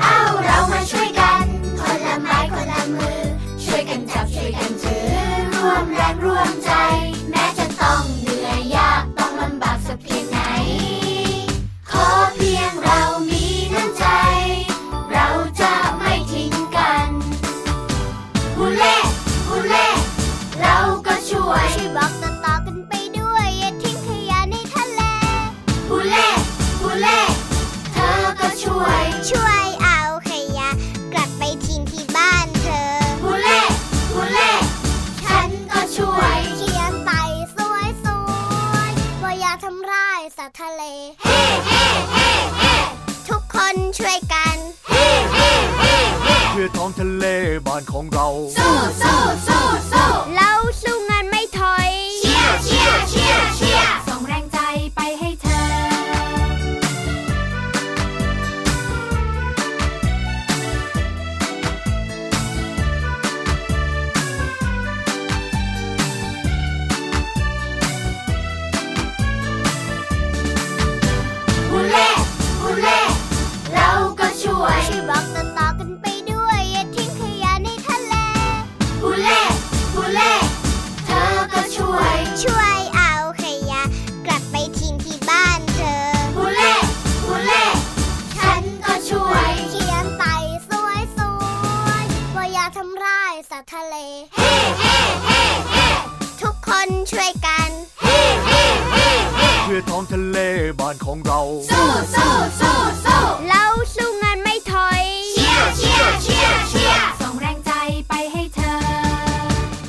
เอาเรามาช่วยกัน คนละไม้คนละมือ ช่วยกันจับช่วยกันถือ ร่วมแรงร่วมใจ แม้จะต้องเหนื่อยยากต้องลำบากสักเพียงไหน ขอเพียงเรามีน้ำใจ เราจะไม่ทิ้งกันฮูเล่ฮูเล่เราก็ช่วย ช่วยบอกต่อๆกันไปด้วย อย่าทิ้งขยะในทะเล ฮูเล่ฮูเล่เธอก็ช่วย ช่วยเอาขยะ กลับไปทิ้งที่บ้านเธอ ฮูเล่ฮูเล่ฉันก็ช่วย เขียนไปสวยสวยว่าอย่าทำร้ายสัตว์ทะเล เฮ้เฮ้เฮ้เฮ้ ทุกคนช่วยกัน เฮ้เฮ้เฮ้เฮ้ เพื่อท้องทะเลบ้านของเรา สู้สู้สู้สู้ เราสู้งานไม่ถอย เชียร์เชียร์เชียร์เชียร์ส่งแรงใจไปให้เธอ ฮูเล่ฮูเล่เราก็ช่วย ช่วยบอกต่อๆกันไปด้วย อย่าทิ้งขยะในทะเล ฮูเล่ฮูเล่เธอก็ช่วย ช่วยเอาขยะ กลับไปทิ้งที่บ้านเธอ ฮูเล่ฮูเล่ฉันก็ช่วย เขียนไปสวยสวยว่าอย่าทำร้ายสัตว์ทะเล เฮ้เฮ้เฮ้เฮ้ ทุกคนช่วยกัน เฮ้เฮ้เฮ้เฮ้ เพื่อท้องทะเลบ้านของเรา สู้สู้สู้สู้ เราสู้งานไม่ถอย เชียร์เชียร์เชียร์เชียร์ส่งแรงใจไปให้เธอ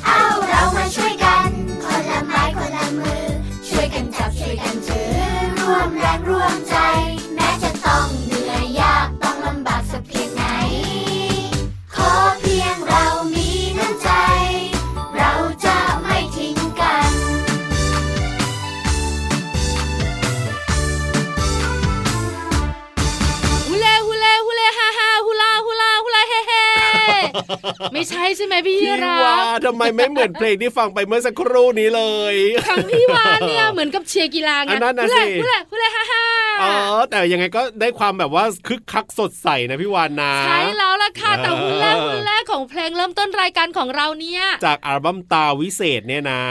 เอาเรามาช่วยกัน คนละไม้คนละมือ ช่วยกันจับช่วยกันถือ ร่วมแรงร่วมใจ แม้จะต้องเหนื่อยยากต้องลำบากสักเพียงไหน ขอเพียงเรามีน้ำใจ เราจะไม่ทิ้งกัน ฮูเล่ฮูเล่ฮูเล่ฮ่าฮ่าฮูลาฮูลาฮูลาเฮ่เฮ่ ไม่ใช่ใช่ไหมพี่ พี่ รั ว่าก ทำไมไม่เหมือนเพลงที่ฟังไปเมื่อสักครู่นี้เลย ของพี่วานเนี่ย เหมือนกับเชียร์กีฬาไง อันนั้นน่ะ ฮูเล่ สิ ฮูเล่ฮูเล่ฮ่าฮ่า อ๋อแต่ยังไงก็ได้ความแบบว่าคึกคักสดใสนะพี่วานนะ ใช่แล้วล่ะค่ะแต่ เออ ฮู เล่ฮูเล่ของเพลงเริ่มต้นรายการของเราเนี่ย จากอัลบั้มตาวิเศษเนี่ยนะ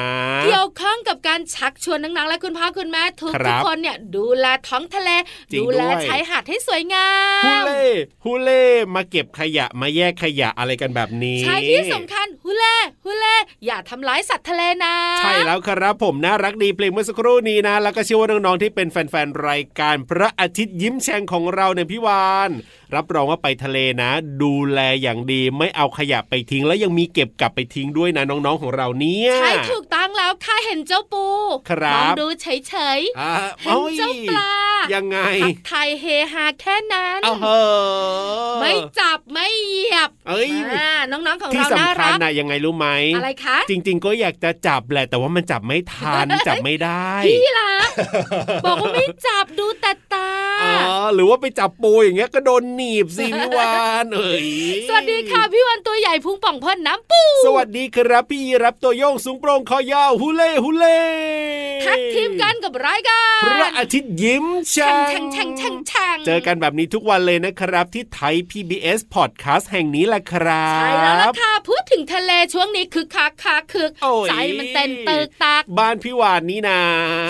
เกี่ยวข้องกับการชักชวนนังๆและคุณพ่อคุณแม่ทุก ครั ทุก บ คนเนี่ยดูแลท้องทะเล จริง ดูแล ด้วย ชายหาดให้สวยงา ฮู ม เล่ฮูเล่มาเก็บขยะมาแยกขยะอะไรกันแบบนี้ ใช่ที่สำคัญฮูเล่ฮูเล่อย่าทำร้ายสัตว์ทะเลนะ ใช่แล้วครับผมน่ารักดีเพลงเมื่อสักครู่นี้นะ แล้วก็เชื่อว่าน้องๆที่เป็นแฟนๆรายการพระอาทิตย์ยิ้มแฉ่งของเราเนี่ยพี่วานรับรองว่าไปทะเลนะ ดูแลอย่างดีไม่เอาขยะไปทิ้ง แล้วยังมีเก็บกลับไปทิ้งด้วยนะน้องๆของเราเนี่ย ใช่ถูกต้องแล้วค่ะเห็นเจ้าปู ครับ มองดูเฉยๆเ อ่า ห็น โอ้ย เจ้าปลา ยังไง ทักไทายเฮฮาแค่นั้น เอาเหอะ ไม่จับไม่เหยียบ เอ้ย อ่าน้องๆของ ที่ เราน่า สำคั รั ญ ก นะยังไงรู้ไหม อะไรคะ จริง ๆ ก็อยากจะจับแหละแต่ว่ามันจับไม่ทัน จับไม่ได้ พี่ละ บอกว่าไม่จับดูแต่ตา อ๋อหรือว่าไปจับปูอย่างเงี้ยก็โดนหนีบสิ พี่วานเอ้ย สวัสดีค่ะพี่วันตัวใหญ่พุงป่องพ่นน้ำปู สวัสดีครับพี่รับตัวโยงสูงโปร่งคอยาวฮุเล่ฮุเล่ ทักทีมกันกับรายกา พระ ร อาทิตย์ยิ้ม แช่ ช่างง แช่งแช่งแช่งแง เจอกันแบบนี้ทุกวันเลยนะครับ ที่ไทย PBS Podcast แห่งนี้แหละครั ใช่ บ แล้วล่ะค่ะพูดถึงทะเลช่วงนี้คึกคักคักคึก โอ้ย ใจมันเต้นเติกตัก บ้านพี่วานนี่นะ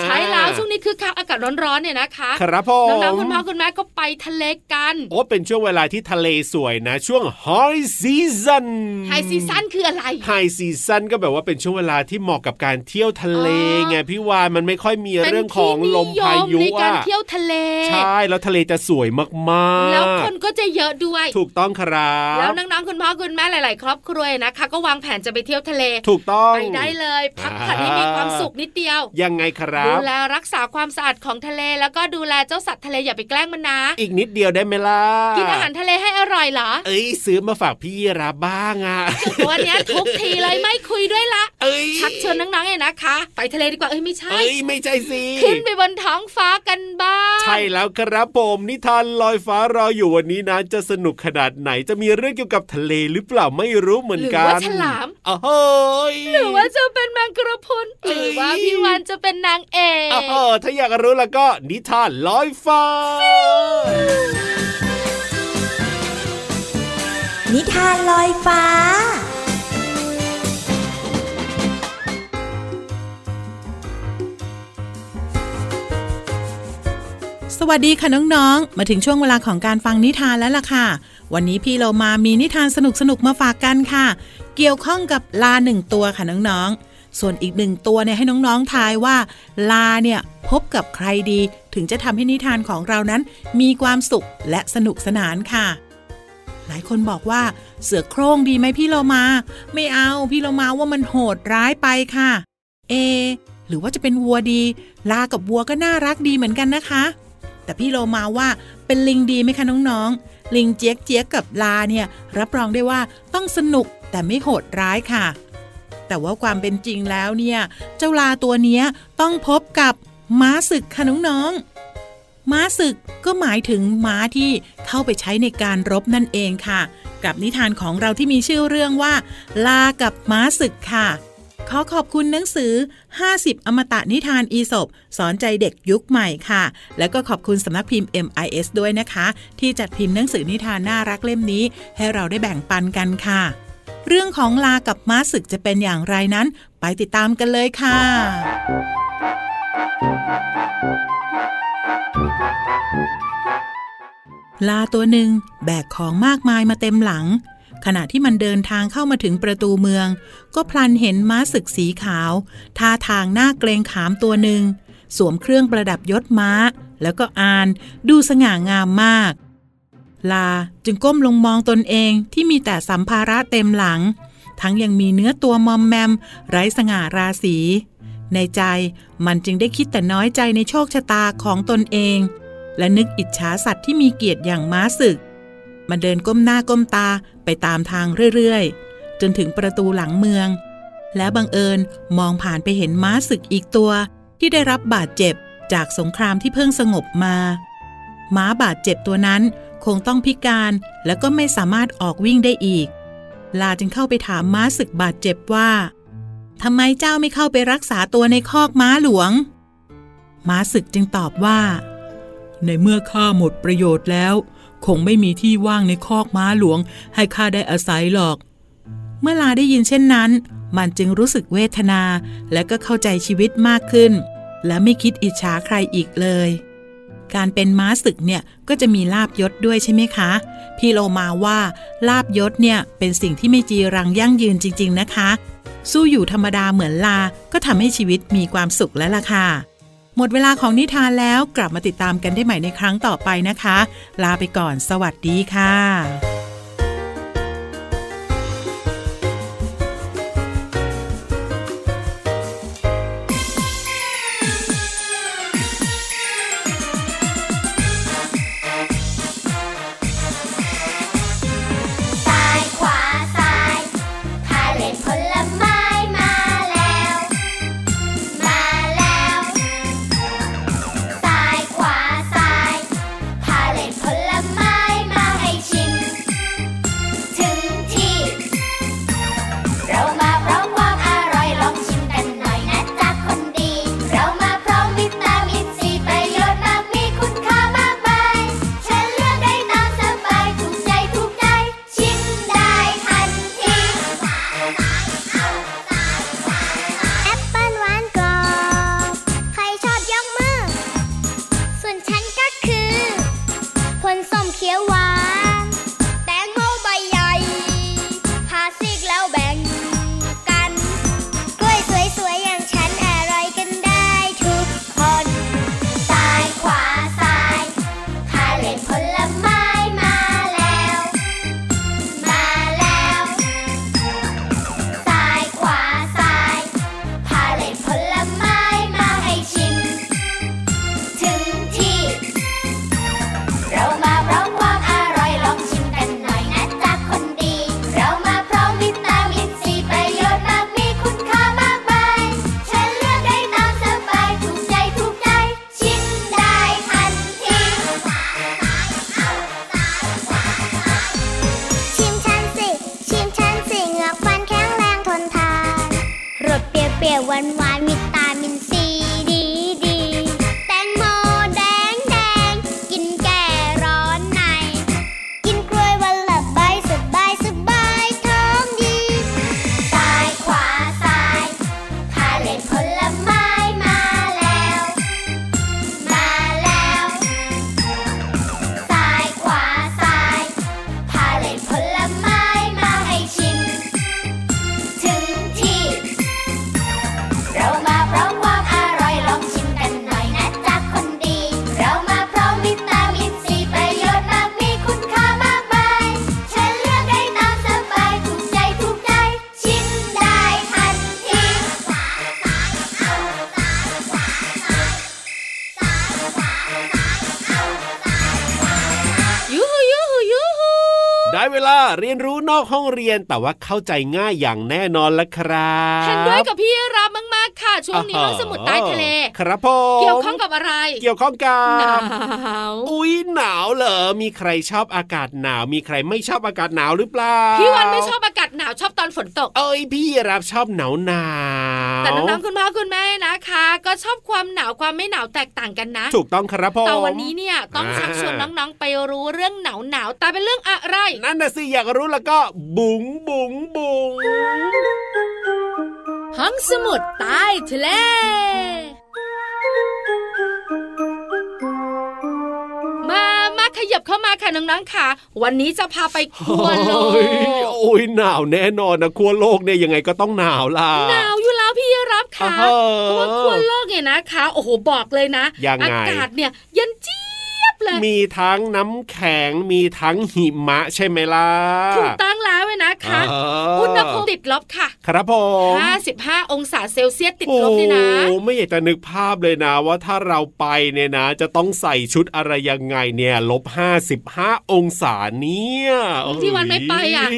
ใช่แล้วช่วงนี้คือคักอากาศร้อนๆเนี่ยนะคะ ครับผ น้องๆมคุณพ่อคุณแม่ก็ไปทะเลกัน โอ้เป็นช่วงเวลาที่ทะเลสวยนะ ช่วง High Season ไฮซีซั่นคืออะไร ไฮซีซันก็แบบว่าเป็นช่วงเวลาที่เหมาะกับการเที่ยวทะเล อ๋อ ไงพี่วานมันไม่ค่อยมี ป็น เรื่องของลมพายุ ที่นิมในการ อ่ะ เที่ยวทะเล ใช่แล้วทะเลจะสวยมากๆ แล้วคนก็จะเยอะด้วย ถูกต้องครั แล้ว บ น้องๆคุณพ่อคุณแม่หลาย ๆ ครอบครัวนะคะ ก็วางแผนจะไปเที่ยวทะเล ถูกต้อง ไปได้เลย พักผ่อนให้ อ่ามี มีความสุขนิดเดียว ยังไงครั ดู บ แลรักษาความสะอาดของทะเล แล้วก็ดูแลเจ้าสัตว์ทะเลอย่าไปแกล้งมันนะ อีกนิดเดียวได้ไหมล่ะ กินอาหารทะเลให้อ ร่อยเหรอ เอ้ยซื้อมาฝากพี่ยีราฟบ้างอ่ะ วันเนี้ยทุกทีเลยไม่คุยด้วยละ เอ้ย ชักชวนน้องๆเนี่ยนะคะ ไปทะเลดีกว่าเอ้ยไม่ใช่ เอ้ยไม่ใช่สิ ขึ้นไปบนท้องฟ้ากันบ้าง ใช่แล้วครับผมนิทานลอยฟ้ารออยู่วันนี้นะจะสนุกขนาดไหนจะมีเรื่องเกี่ยวกับทะเลหรือเปล่าไม่รู้เหมือน หรือ กัน ว่าฉลาม โอ้โห หรือว่าจะเป็นแมงกระพรุน เอ้ ห ย รือว่าพี่วันจะเป็นนางเอก โอ้โหถ้าอยากรู้แล้วก็นิทานลอยฟ้า นิทานลอยฟ้า สวัสดีค่ะน้องๆ มาถึงช่วงเวลาของการฟังนิทานแล้วล่ะค่ะ วันนี้พี่เรามามีนิทานสนุกๆ มาฝากกันค่ะ เกี่ยวข้องกับลาหนึ่งตัวค่ะน้องๆ ส่วนอีกหนึ่งตัวเนี่ยให้น้องๆ ทายว่า ลาเนี่ยพบกับใครดี ถึงจะทำให้นิทานของเรานั้น มีความสุขและสนุกสนานค่ะ หลายคนบอกว่าเสือโคร่งดีไหมพี่เรามา ไม่เอาพี่เรามาว่ามันโหดร้ายไปค่ะ เอะหรือว่าจะเป็นวัวดี ลากับวัวก็น่ารักดีเหมือนกันนะคะ แต่พี่โลมาว่าเป็นลิงดีไหมคะน้องๆ ลิงเจี๊ยกเจี๊ยกกับลาเนี่ยรับรองได้ว่าต้องสนุกแต่ไม่โหดร้ายค่ะ แต่ว่าความเป็นจริงแล้วเนี่ยเจ้าลาตัวเนี้ยต้องพบกับม้าศึกค่ะน้องๆม้าศึกก็หมายถึงม้าที่เข้าไปใช้ในการรบนั่นเองค่ะ กับนิทานของเราที่มีชื่อเรื่องว่า ลากับม้าศึกค่ะ ขอขอบคุณหนังสือ 50 อมตะนิทานอีสบสอนใจเด็กยุคใหม่ค่ะ แล้วก็ขอบคุณสำนักพิมพ์ MIS ด้วยนะคะ ที่จัดพิมพ์หนังสือนิทานน่ารักเล่มนี้ ให้เราได้แบ่งปันกันค่ะ เรื่องของลากับม้าศึกจะเป็นอย่างไรนั้น ไปติดตามกันเลยค่ะ ลาตัวหนึ่งแบกของมากมายมาเต็มหลัง ขณะที่มันเดินทางเข้ามาถึงประตูเมือง ก็พลันเห็นม้าศึกสีขาวท่าทางหน้าเกรงขามตัวหนึ่ง สวมเครื่องประดับยศม้า แล้วก็อาน ดูสง่างามมาก ลาจึงก้มลงมองตนเองที่มีแต่สัมภาระเต็มหลัง ทั้งยังมีเนื้อตัวมอมแมม ไร้สง่าราศี ในใจมันจึงได้คิดแต่น้อยใจในโชคชะตาของตนเอง และนึกอิจฉาสัตว์ที่มีเกียรติอย่างม้าศึก มันเดินก้มหน้าก้มตาไปตามทางเรื่อยๆ จนถึงประตูหลังเมือง และบังเอิญมองผ่านไปเห็นม้าศึกอีกตัว ที่ได้รับบาดเจ็บจากสงครามที่เพิ่งสงบมา ม้าบาดเจ็บตัวนั้นคงต้องพิการและก็ไม่สามารถออกวิ่งได้อีก ลาจึงเข้าไปถามม้าศึกบาดเจ็บว่าทำไมเจ้าไม่เข้าไปรักษาตัวในคอกม้าหลวง ม้าศึกจึงตอบว่า ในเมื่อข้าหมดประโยชน์แล้ว คงไม่มีที่ว่างในคอกม้าหลวง ให้ข้าได้อาศัยหรอก เมื่อลาได้ยินเช่นนั้น มันจึงรู้สึกเวทนา และก็เข้าใจชีวิตมากขึ้น และไม่คิดอิจฉาใครอีกเลย การเป็นม้าศึกเนี่ยก็จะมีลาบยศด้วยใช่ไหมคะ พี่โลมาว่าลาบยศเนี่ยเป็นสิ่งที่ไม่จีรังยั่งยืนจริง ๆนะคะ สู้อยู่ธรรมดาเหมือนลา ก็ทำให้ชีวิตมีความสุขแล้วล่ะค่ะ หมดเวลาของนิทานแล้วกลับมาติดตามกันได้ใหม่ในครั้งต่อไปนะคะ ลาไปก่อน สวัสดีค่ะ ซ้ายขวาซ้ายพาเล่นผลไม้มาแล้ว มาแล้วซ้ายขวาซ้ายพาเล่นผลไม้มาให้ชิม หวานหวานๆวิตามินซีดีดีๆแตงโมแดงแดงๆกินแก่ร้อนใน กินกล้วยวันละใบสบายสบายท้องดี ซ้ายขวาซ้ายพาเลทผลไม้มาแล้ว มาแล้วซ้ายขวาซ้ายพาเลทผลไม้มาให้ชิม ถึงที่ เรามาพร้อมความอร่อยลองชิมกันหน่อยนะจ๊ะคนดี เรามาพร้อมวิตามินซีประโยชน์มากมีคุณค่ามากมายเชิญเลือกได้ตามสบายถูกใจถูกใจ ชิมได้ทันที ยูฮูยูฮูยูฮู ได้เวลาเรียนรู้นอกห้องเรียนแต่ว่าเข้าใจง่ายอย่างแน่นอนละครับ เห็นด้วยกับพี่รับมากๆค่ะ ช่วงนี้ อ่า เราสมุดใต้ทะเล ครับผม เกี่ยวข้องกับอะไร เกี่ยวข้องกั หนา บ ว อุ้ยหนาวเหรอมีใครชอบอากาศหนาว มีใครไม่ชอบอากาศหนาวหรือเปล่า พี่วันไม่ชอบอากาศหนาวชอบตอนฝนตก เอ้ยพี่รับชอบหนาวหนาว แต่น้องๆคุณพ่อคุณแม่นะคะ ก็ชอบความหนาวความไม่หนาวแตกต่างกันนะ ถูกต้องครับผม แต่วันนี้เนี่ยต้อง อ่า ชักชวนน้องๆไปรู้เรื่องหนาวหนาวๆแต่เป็นเรื่องอะไร นั่นน่ะสิอยากรู้แล้วก็บุ๋งบุ๋งบุ๋ง ห้องสมุดใต้ทะเล มามาขยับเข้ามาค่ะน้องๆค่ะ วันนี้จะพาไปครัวโลก โอ้ยโอ้ยหนาวแน่นอนนะขั้วโลกเนี่ยยังไงก็ต้องหนาวล่ะ หนาวอยู่แล้วพี่รับค่ะ อ่าฮะ เพราะว่าครัวโลกเนี่ยนะคะ โอ้โหบอกเลยนะ ยังไง อากาศเนี่ยเย็นเจี๊ยบเลย มีทั้งน้ำแข็งมีทั้งหิมะใช่ไหมล่ะ ถูกต้องแล้วเว้ยนะคะ เ อุณหภูมิติดลบค่ะ ครับผม 55 องศาเซลเซียสติดลบเลยนะ โอ้ไม่อยากจะนึกภาพเลยนะ ว่าถ้าเราไปเนี่ยนะ จะต้องใส่ชุดอะไรยังไงเนี่ยลบห้าสิบห้าองศาเนี่ย พี่วันไม่ไปอะ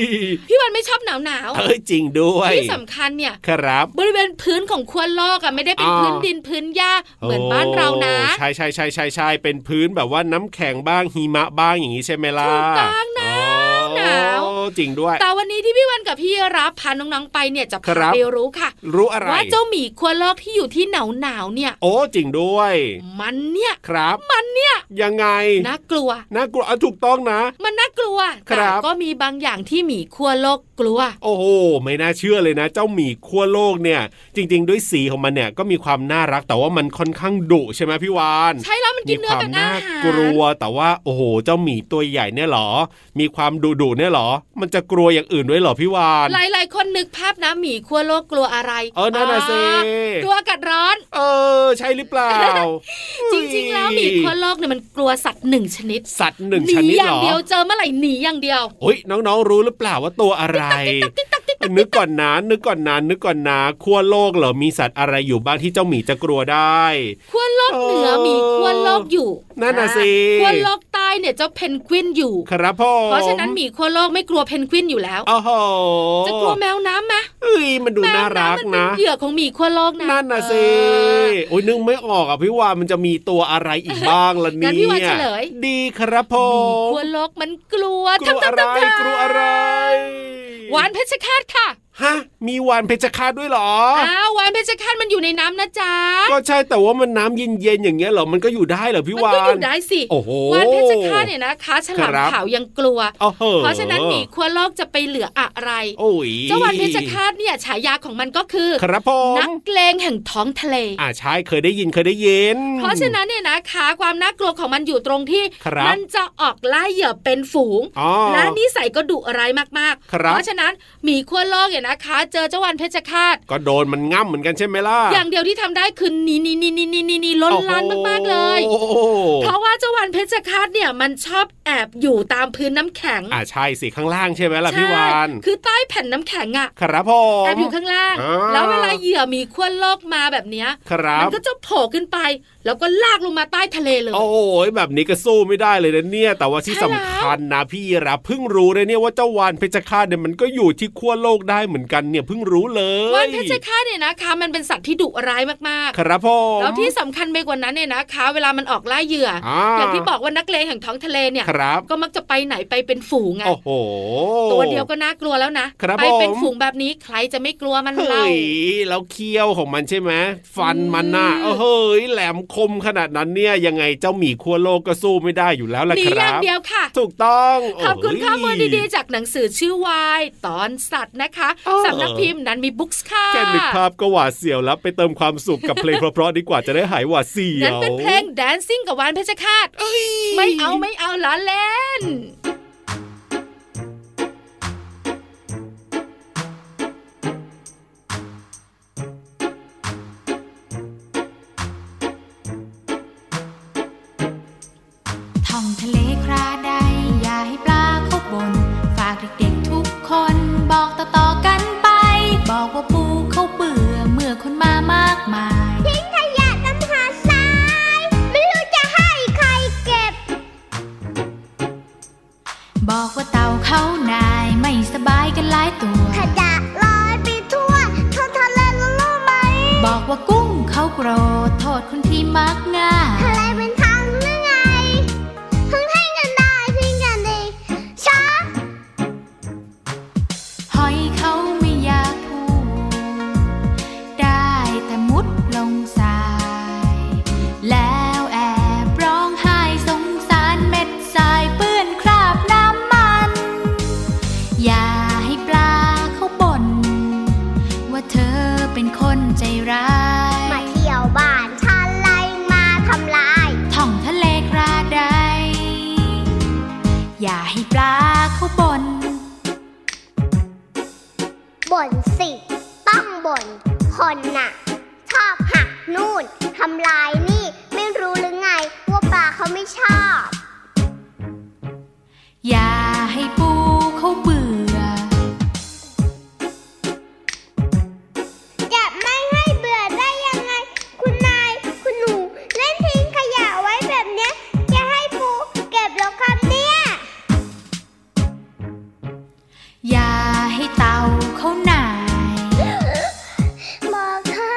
พี่วันไม่ชอบหนาวหนาว เอ้ยจริงด้วย ที่สำคัญเนี่ย ครับ บริเวณพื้นของครัวโลกอะไม่ได้เป็น อ่า พื้นดินพื้นหญ้าเหมือนบ้านเรานะ โอ้ใช่ใช่ใช่ใช่ใช่เป็นพื้นแบบว่าน้ำแข็งบ้างหิมะบ้างอย่างนี้ใช่ไหมล่ะ ถูกต้องหนาวหนาว โอ้จริงด้วย แต่วันนี้ที่พี่วันกับพี่รับพาน้องๆไปเนี่ยจะ ค พา รับ ไปรู้ค่ะ รู้อะไร ว่าเจ้าหมีครัวโลกที่อยู่ที่หนาวหนาวๆเนี่ย โอ้จริงด้วย มันเนี่ย ครับ มันเนี่ย ยังไง น่ากลัว น่ากลัวอ่ะถูกต้องนะ มันน่ากลัว ครั แต่ บ ก็มีบางอย่างที่หมีครัวโลกกลัว โอ้โหไม่น่าเชื่อเลยนะ เจ้าหมีขั้วโลกเนี่ย จริง ๆ ด้วยสีของมันเนี่ยก็มีความน่ารักแต่ว่ามันค่อนข้างดุใช่ไหมพี่วาน ใช่แล้วมันกิ มี น ค เนื้อ วาม เป็นอา น่า หาร กลัวแต่ว่าโอ้โห เจ้าหมีตัวใหญ่เนี่ยเหรอ มีความดุดุๆเนี่ยเหรอ มันจะกลัวอย่างอื่นด้วยเหรอพี่วาน หลายหลายๆคนนึกภาพนะหมีขั้วโลกกลัวอะไร เออนั่นน่ะสิ กลัวอากาศร้อน เออ ใช่หรือเปล่า จริง ๆ แล้วหมีขั้วโลกเนี่ยมันกลัวสัตว์หนึ่งชนิด สัตว์หนึ่ง หนี ชนิด อย่า เหรง อ เดียวเจอเมื่อไหร่หนีอย่างเดียว โอ้ยน้องๆรู้หรือเปล่าว่าตัวอะไร นึกก่อนนะนึกก่อนนะนึกก่อนนะขั้วโลกเหรอมีสัตว์อะไรอยู่บ้างที่เจ้าหมีจะกลัวได้ ขั้วโลกเหนือ เออ หมีขั้วโลกอยู่ นั่นน่ะสิ ขั้วโลกใต้เนี่ยเจ้าเพนกวินอยู่ ครับพ่อ เพราะฉะนั้นหมีขั้วโลกไม่กลัวเพนกวินอยู่แล้ว โอ้โห จะกลัวแมวน้ำไหม เอ้ยมันดู แมว น่ารั น้ำมันกเป็น นะ เหยื่อของหมีขั้วโลกนะ นั่นน่ะ เอ สิ อ โอ้ยนึกไม่ออกอ่ะพี่วานมันจะมีตัวอะไรอีกบ้างล่ะ งั้นเนี่ยพี่วานเฉลย ดีครับผ หมี ม ขั้วโลกมันกลัว กลัวอะไร ทำๆๆๆ กลัวอะไร หวานเพชรฆาตค่ะ ฮะมีวานเพชรฆาตด้วยเหรอ อ้าววานเพชรฆาตมันอยู่ในน้ำนะจ๊ะ ก็ใช่แต่ว่ามันน้ำเย็นๆอย่างเงี้ยเหรอมันก็อยู่ได้เหรอพี่ มัน วาน ก็อยู่ได้สิ โอ้โห วานเพชรฆาตเนี่ยนะคะฉลาม ครับ ขาวยังกลัว อ้โห เพราะฉะนั้นหมีขั้วโลกจะไปเหลืออะไร โอ้ย เจ้าวานเพชรฆาตเนี่ยฉายาของมันก็คือ ครับผม นักเลงแห่งท้องทะเล อ่าใช่เคยได้ยินเคยได้ยิน เพราะฉะนั้นเนี่ยนะคะความน่ากลัวของมันอยู่ตรงที่ ครับ มันจะออกล่าเหยื่อเป็นฝูง อ๋อ และนิสัยก็ดุร้ายมากๆ ครับ เพราะฉะนั้นหมีขั้วโลกเนี่ยนะคะ เจอเจ้าวานเพชรฆาต ก็โดนมันง่ำเหมือนกันใช่ไหมล่ะ อย่างเดียวที่ทำได้คือหนีหนีหนีหนีหนีหนีหนีล้น โอ้โห ลานมากๆเลย โอ้โห เพราะว่าเจ้าวันเพชรฆาตเนี่ยมันชอบแอบอยู่ตามพื้นน้ำแข็ง อ่าใช่สิข้างล่างใช่ไหมล่ะพี่วาน คือใต้แผ่นน้ำแข็งอะ ครับผม แอบอยู่ข้างล่าง อ่า แล้วเวลาเหยื่อมีขั้วโลกมาแบบเนี้ย ครั มั บ ก็จะโผล่ขึ้นไป แล้วก็ลากลงมาใต้ทะเลเลย โอ้ยแบบนี้ก็สู้ไม่ได้เลยนะเนี่ย แต่ว่าที่ ใช่แล้วสำคัญนะพี่รับเพิ่งรู้เลยเนี่ยว่าเจ้าวานเพชรฆาตเนี่ยมันก็อยู่ที่ขั้วโลกได้เหมือน มือนกันเนี่ยเพิ่งรู้เลย ว่านเพชรฆาตเนี่ยนะคะ มันเป็นสัตว์ที่ดุร้ายมาก ครับผม ๆ แล้วที่สำคัญไปกว่านั้นเนี่ยนะคะ เวลามันออกล่าเหยื่ออ อ่า อย่างที่บอกว่านักเลงแห่งท้องทะเลเนี่ย ครับ ก็มักจะไปไหนไปเป็นฝูงไง โอ้โห ตัวเดียวก็น่ากลัวแล้วนะ ครับ ไปเป็น ผม ฝูงแบบนี้ใครจะไม่กลัวมัน เฮ้ เล่า ยแล้วเคี้ยวของมันใช่ไหมฟันมันน่ะ อืม เอ้ยเฮ้ยแหลมคมขนาดนั้นเนี่ยยังไงเจ้าหมีขั้วโลกก็สู้ไม่ได้อยู่แล้วล่ะ หนี ค อ รั ย่าง บ เดียวค่ะ ถูกต้อง ขอบคุณ โย ข้อมูลดีๆ จากหนังสือชื่อวายตอนสัตว์นะคะ เออ สำนักพิมพ์นั้นมีบุ๊กส์ค่ะ แค่นึกภาพก็หวาดเสียวแล้วไปเติมความสุขกับเพลงเพราะๆดีกว่าจะได้หายหวาดเสีย งั้น ว เป็นเพลง Dancing กับวานเพชรฆาตไม่เอาไม่เอาล้อเล่น ท่องทะเลคราใด อย่าให้ปลาเข้าบน ฝากเด็กๆทุกคนบอกต่อๆกันไป บอกว่าปูเขาเบื่อเมื่อคนมามากมาย ทิ้งขยะน้ำหาทราย ไม่รู้จะให้ใครเก็บ บอกว่าเต่าเขานายไม่สบายกันหลายตัว ขยะลอยไปทั่วท้องทะเลแล้วรู้ไหม บอกว่ากุ้งเขาโกรธโทษคนที่มักง่าย ทะเลเป็นทางหรือไงเพิ่งให้กันได้ทิ้งกันเองช้า หอยเขาไม่อยากพูดได้แต่มุดลงทราย แล้วแอบร้องไห้สงสารเม็ดทรายเปื้อนคราบน้ำมัน อย่าให้ปลาเขาบ่นว่าเธอเป็นคนใจร้าย มาเที่ยวบ้านฉันไล่มาทำลาย ท่องทะเลกระไดอย่าให้ปลาเขาบน่น บ่นสิ ต้องบ่น คนน่ะ ชอบหักนู่นทำลายนี่ ไม่รู้หรือไง ว่าปลาเขาไม่ชอบ อย่าให้ปูเขาเบื่อ จะไม่ให้เบื่อได้ยังไง คุณนาย คุณหนู เล่นทิ้งขยะไว้แบบเนี้ย จะให้ปูเก็บแล้วครับเนี่ย อย่าให้เต่าเขาหน่าย บอกค่ะ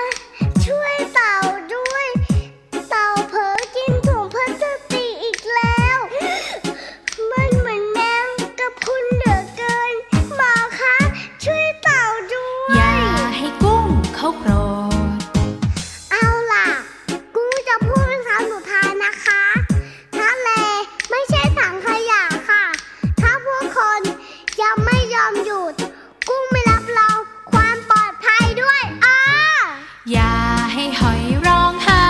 ช่วยเต่าด้วย เต่าเผลอกินถุงพลาสติกอีกแล้ว มันเหมือนแมงกระพรุนเหลือเกินบอกค่ะช่วยเต่าด้วย อย่าให้กุ้งเขาโกรธ เอาล่ะ กูจะพูดเป็นคำสุดท้ายนะคะทะเลไม่ใช่ถังขยะค่ะ ถ้าพวกคนยังไม่ยอมหยุด กูไม่รับรองความปลอดภัยด้วยอ้อ อย่าให้หอยร้องไห้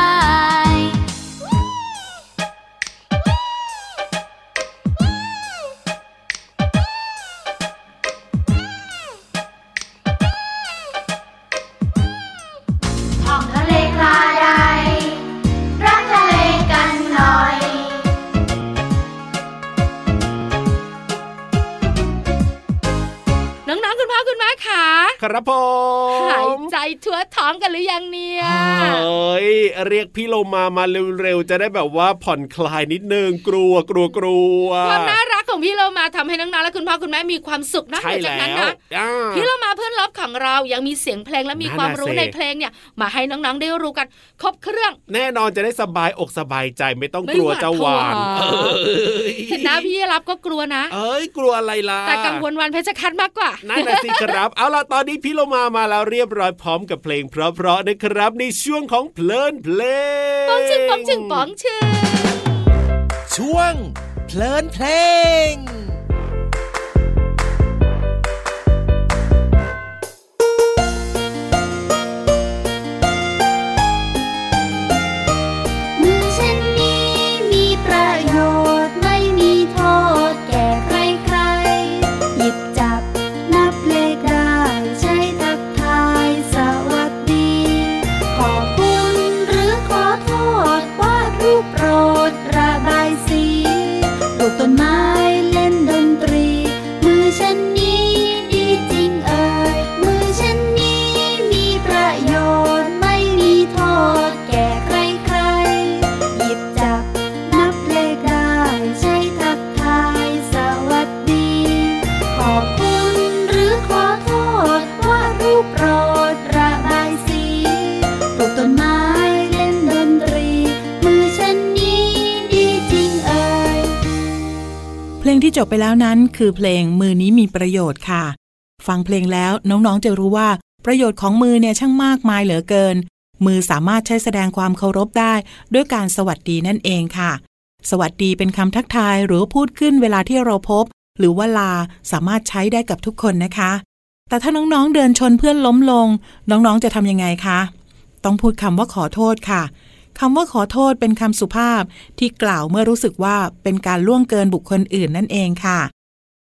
ท่องทะเลคลาใดรักทะเลกันหน่อย น้องๆคุณพ่อคุณแม่ขา ครับผ หาย ม ใจทั่วท้องกันหรือยังเนี่ย เอ้ยเรียกพี่โลมามาเร็วๆจะได้แบบว่าผ่อนคลายนิดนึงกลัวกลัวกลัว ความน่ารักของพี่เรามาทำให้น้องๆและคุณพ่อคุณแม่มีความสุขนะ ใช่ นอกจาก แล้ นั้น ว นะ อ่า พี่เรามาเพื่อนรับของเรายังมีเสียงเพลงและมี นั่นน่ะ ความรู้ สิ ในเพลงเนี่ย มาให้น้องๆได้รู้กัน ครบเครื่อง แน่นอนจะได้สบายอกสบายใจไม่ต้อง ไม่ กลัหววาด เจ้าหวาน ผวา เอ้ย เห็นหน้าพี่รับก็กลัวนะ เอ้ยกลัวอะไรล่ะ แต่กังวลวันเพชรคัดมากกว่า นั่นนะสิครับ เอาล่ะ ตอนนี้พี่โลมามาแล้วเรียบร้อยพร้อมกับเพลงเพราะๆนะครับ ในช่วงของเพลินเพลง ปองชึงปองชึงปองชึง ช่วง เพลินเพลง มือเช่นนี้มีประโยชน์ไม่มีโทษแก่ใครๆ หยิบจับนับเลขได้ใช้ทักทายสวัสดี ขอบคุณหรือขอโทษวาดรูปโปรดระบายสีปลูกต้นไม้เล่นดนตรี มือฉันนี้ดีจริงเอ่ยมือฉันนี้มีประโยชน์ไม่มีโทษแก่ใครๆ หยิบจับนับเลขได้ใช้ทักทายสวัสดี ขอบคุณหรือขอโทษว เพลงที่จบไปแล้วนั้นคือเพลงมือนี้มีประโยชน์ค่ะ ฟังเพลงแล้วน้องๆจะรู้ว่าประโยชน์ของมือเนี่ยช่างมากมายเหลือเกิน มือสามารถใช้แสดงความเคารพได้ ด้วยการสวัสดีนั่นเองค่ะ สวัสดีเป็นคำทักทายหรือพูดขึ้นเวลาที่เราพบ หรือว่าลาสามารถใช้ได้กับทุกคนนะคะ แต่ถ้าน้องๆเดินชนเพื่อนล้มลง น้องๆจะทำยังไงคะ ต้องพูดคำว่าขอโทษค่ะคำว่าขอโทษเป็นคำสุภาพที่กล่าวเมื่อรู้สึกว่าเป็นการล่วงเกินบุคคลอื่นนั่นเองค่ะ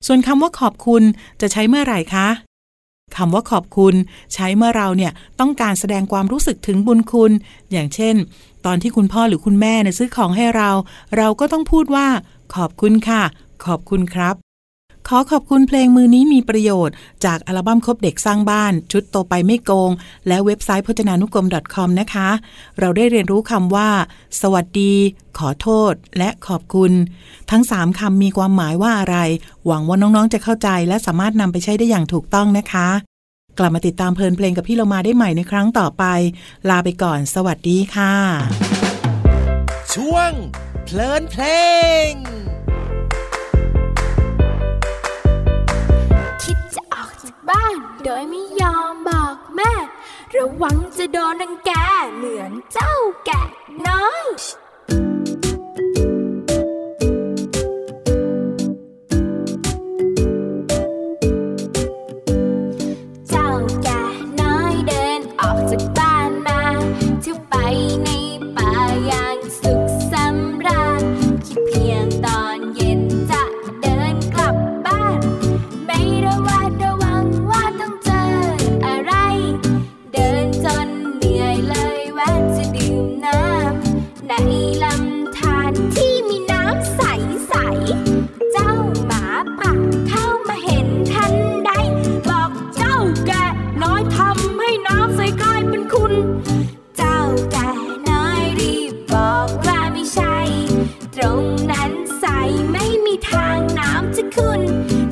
ส่วนคำว่าขอบคุณจะใช้เมื่อไหร่คะคำว่าขอบคุณ ใช้เมื่อเราเนี่ยต้องการแสดงความรู้สึกถึงบุญคุณ อย่างเช่น ตอนที่คุณพ่อหรือคุณแม่เนี่ยซื้อของให้เรา เราก็ต้องพูดว่า ขอบคุณค่ะ ขอบคุณครับ ขอขอบคุณเพลงมือนี้มีประโยชน์ จากอัลบั้มคบเด็กสร้างบ้าน ชุดโตไปไม่โกง และเว็บไซต์พจนานุกรม .com นะคะ เราได้เรียนรู้คำว่า สวัสดี ขอโทษ และขอบคุณ ทั้ง 3คำมีความหมายว่าอะไร หวังว่าน้องๆจะเข้าใจ และสามารถนำไปใช้ได้อย่างถูกต้องนะคะ กลับมาติดตามเพลินเพลงกับพี่เรามาได้ใหม่ในครั้งต่อไป ลาไปก่อน สวัสดีค่ะ ช่วง เพลินเพลง คิดจะออกจากบ้าน โดยไม่ยอมบอกแม่ ระวังจะโดนรังแกเหมือนเจ้าแกะน้อย เจ้าแกะน้อยเดินออกจากบ้านมาเที่ยวไปในป่าอย่างสุขสำราญคิดเพียงตอนเย็นจะเดินกลับบ้าน ไม่ระแวดระวังว่าต้องเจออะไร เดินจนเหนื่อยเลยแวะจะดื่มน้ำในลำธารที่มีน้ำใสๆ เจ้าหมาป่าเข้ามาเห็นทันใด บอกเจ้าแกะน้อยทำให้น้ำใสกลายเป็นคุณ เจ้าแก่น้อยรีบบอกว่าไม่ใช่ ตรงนั้นใสไม่มีทางน้ำจะขึ้น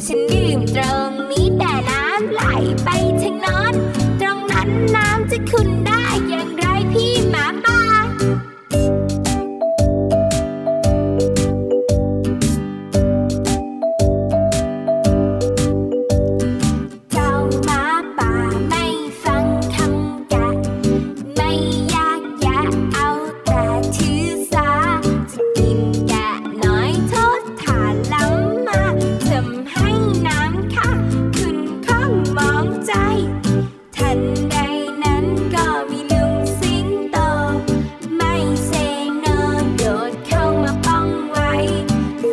ฉันดื่มตรงนี้แต่น้ำไหลไปทางโน้นตรงนั้นน้ำจะขึ้นได้อย่างไรพี่หมาป่า เจ้าหมาป่าไม่ฟังคำแกะ ไม่อยากแยะเอาแต่ถือสา จะกินแกะน้อยโทษฐานล้ำมาทำให้น้ำค่ะขึ้นข้องมองใจ ทันใดนั้นก็มีลุงสิงโต ไม่เซโนโดดเข้ามาป้องไว้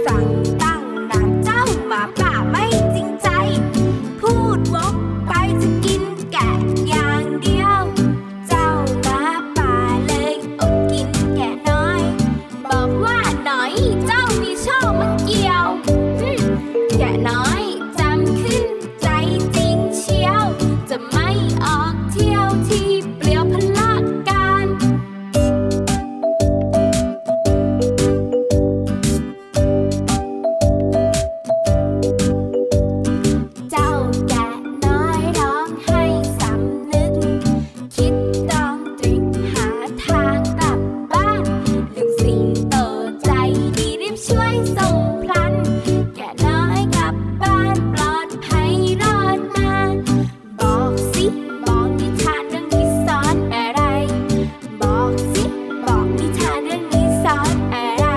สั่งตั้งหนักเจ้าหมาป่าไม่จริงใจ พูดวกไปจะกินแกะอย่างเดียว เจ้าหมาป่าเลยอดกินแกะน้อย บอกว่าหน่อยเจ้ามีโชคมาเกี่ยวอืมแกะน้อยจำขึ้นใจจริงเชียว จะไม่ออกเที่ยวที่เปลี่ยวพลักการ เจ้าแกะน้อยร้องให้สำนึก คิดต้องตริกหาทางกลับบ้าน ลูกสิงโตใจดีรีบช่วยส่งพลัน แกะน้อยกลับบ้านปลอดภัยรอดมา บอกสิ บอกนิทานเรื่องนี้สอนอะไร บอกสิ บอกนิทานเรื่องนี้สอนอะไร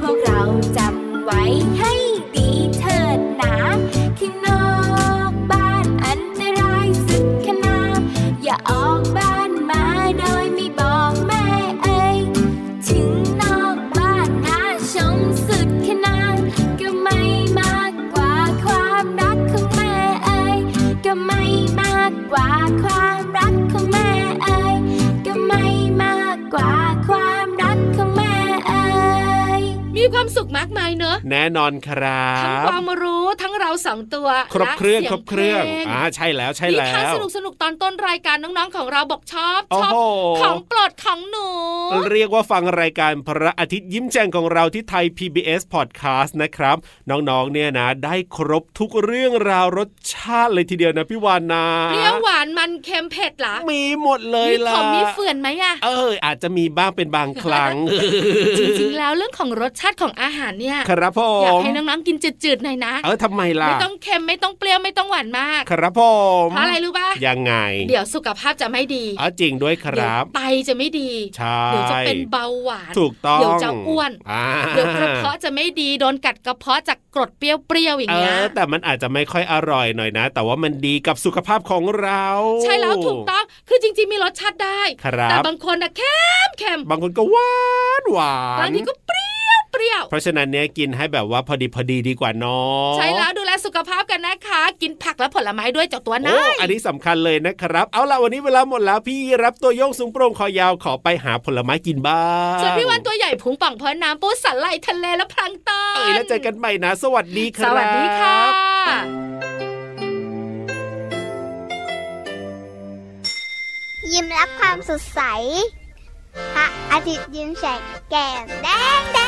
พวกเราจำไว้ให้ดีเถิดหนาข้างนอกบ้านอันตรายสุดขนาดอย่าออกบ้านมาโดยไม่บอกแม่เอ่ยถึงนอกบ้านน่าชมสุดขนาดก็ไม่มากกว่าความรักของแม่เอ่ยก็ไม่มากกว่าความรักของแม่เอ่ยก็ไม่มากกว่าความรักของแม่เอ่ย มีความสุขมากมายเนอะ แน่นอนครั ทั้ง บ ความรู้ทั้งเราสองตัว ครบเครื่อง และ ครบเครื่อง สียพล อ่าใช่แล้วใช่ นิ แล้ ทาน ว สนุกสนุกๆตอนต้นรายการน้องๆของเราบอกชอบ โอ้ ชอบ โห ของโปรดของหนู เรียกว่าฟังรายการพระอาทิตย์ยิ้มแจ่งของเราที่ไทย PBS Podcast นะครับ น้องๆเนี่ยนะ ได้ครบทุกเรื่องราวรสชาติเลยทีเดียวนะพี่วานนะ เปรี้ยวหวานมันเค็มเผ็ดเหรอ มีหมดเลย มีข ล่ะ มมีเฟื่อนไหมอะ เอออาจจะมีบ้างเป็นบางครั้ง จริงๆ แล้วเรื่องของรสชาติของอาหารเนี่ย ครับ ผ อยาก ม ให้น้องๆกินจืดๆหน่อยนะ เออทำไมล่ะ ไม่ต้องเค็มไม่ต้องเปรี้ยวไม่ต้องหวานมาก ครับผม เพราะอะไรรู้ป่ะ ยังไง เดี๋ยวสุขภาพจะไม่ดี อ๋อจริงด้วยค เดี๋ยว รับ ไตจะไม่ดี ใช่ เดี๋ยวจะเป็นเบาหวาน ถูกต้อง เดี๋ยวจะอ้วน อ่า เดี๋ยวกระเพาะจะไม่ดีโดนกัดกระเพาะจากกรดเปรี้ยวๆอย่าง เอ เงี้ย อแต่มันอาจจะไม่ค่อยอร่อยหน่อยนะ แต่ว่ามันดีกับสุขภาพของเรา ใช่แล้วถูกต้องคือจริงๆมีรสชาติได้ ครับ แต่บางคนนะเค็มเค็ม บางคนก็หวานหวาน บางทีก็เปรี้ยวเปรี้ยว เพราะฉะนั้นเนี้ยกินให้แบบว่าพอดีพอดีดีกว่าเนาะ ใช่แล้วดูแลสุขภาพกันนะคะ กินผักและผลไม้ด้วยเจ้าตัวนะ โอ้อันนี้สำคัญเลยนะครับ เอาล่ะวันนี้เวลาหมดแล้วพี่รับตัวโยงสูงโปร่งคอยาวขอไปหาผลไม้กินบ้าง ส่วนพี่วันตัวใหญ่พุงป่องพอน้ำปูสันไหลทะเลและพลังก์ตอน เอ้ยแล้วเจอกันใหม่นะ สวัสดีค ส รับ วัสดีค่ะ ยิ้มรับความสดใส พระอาทิตย์ยิ้มแฉกแก้มแดงแดง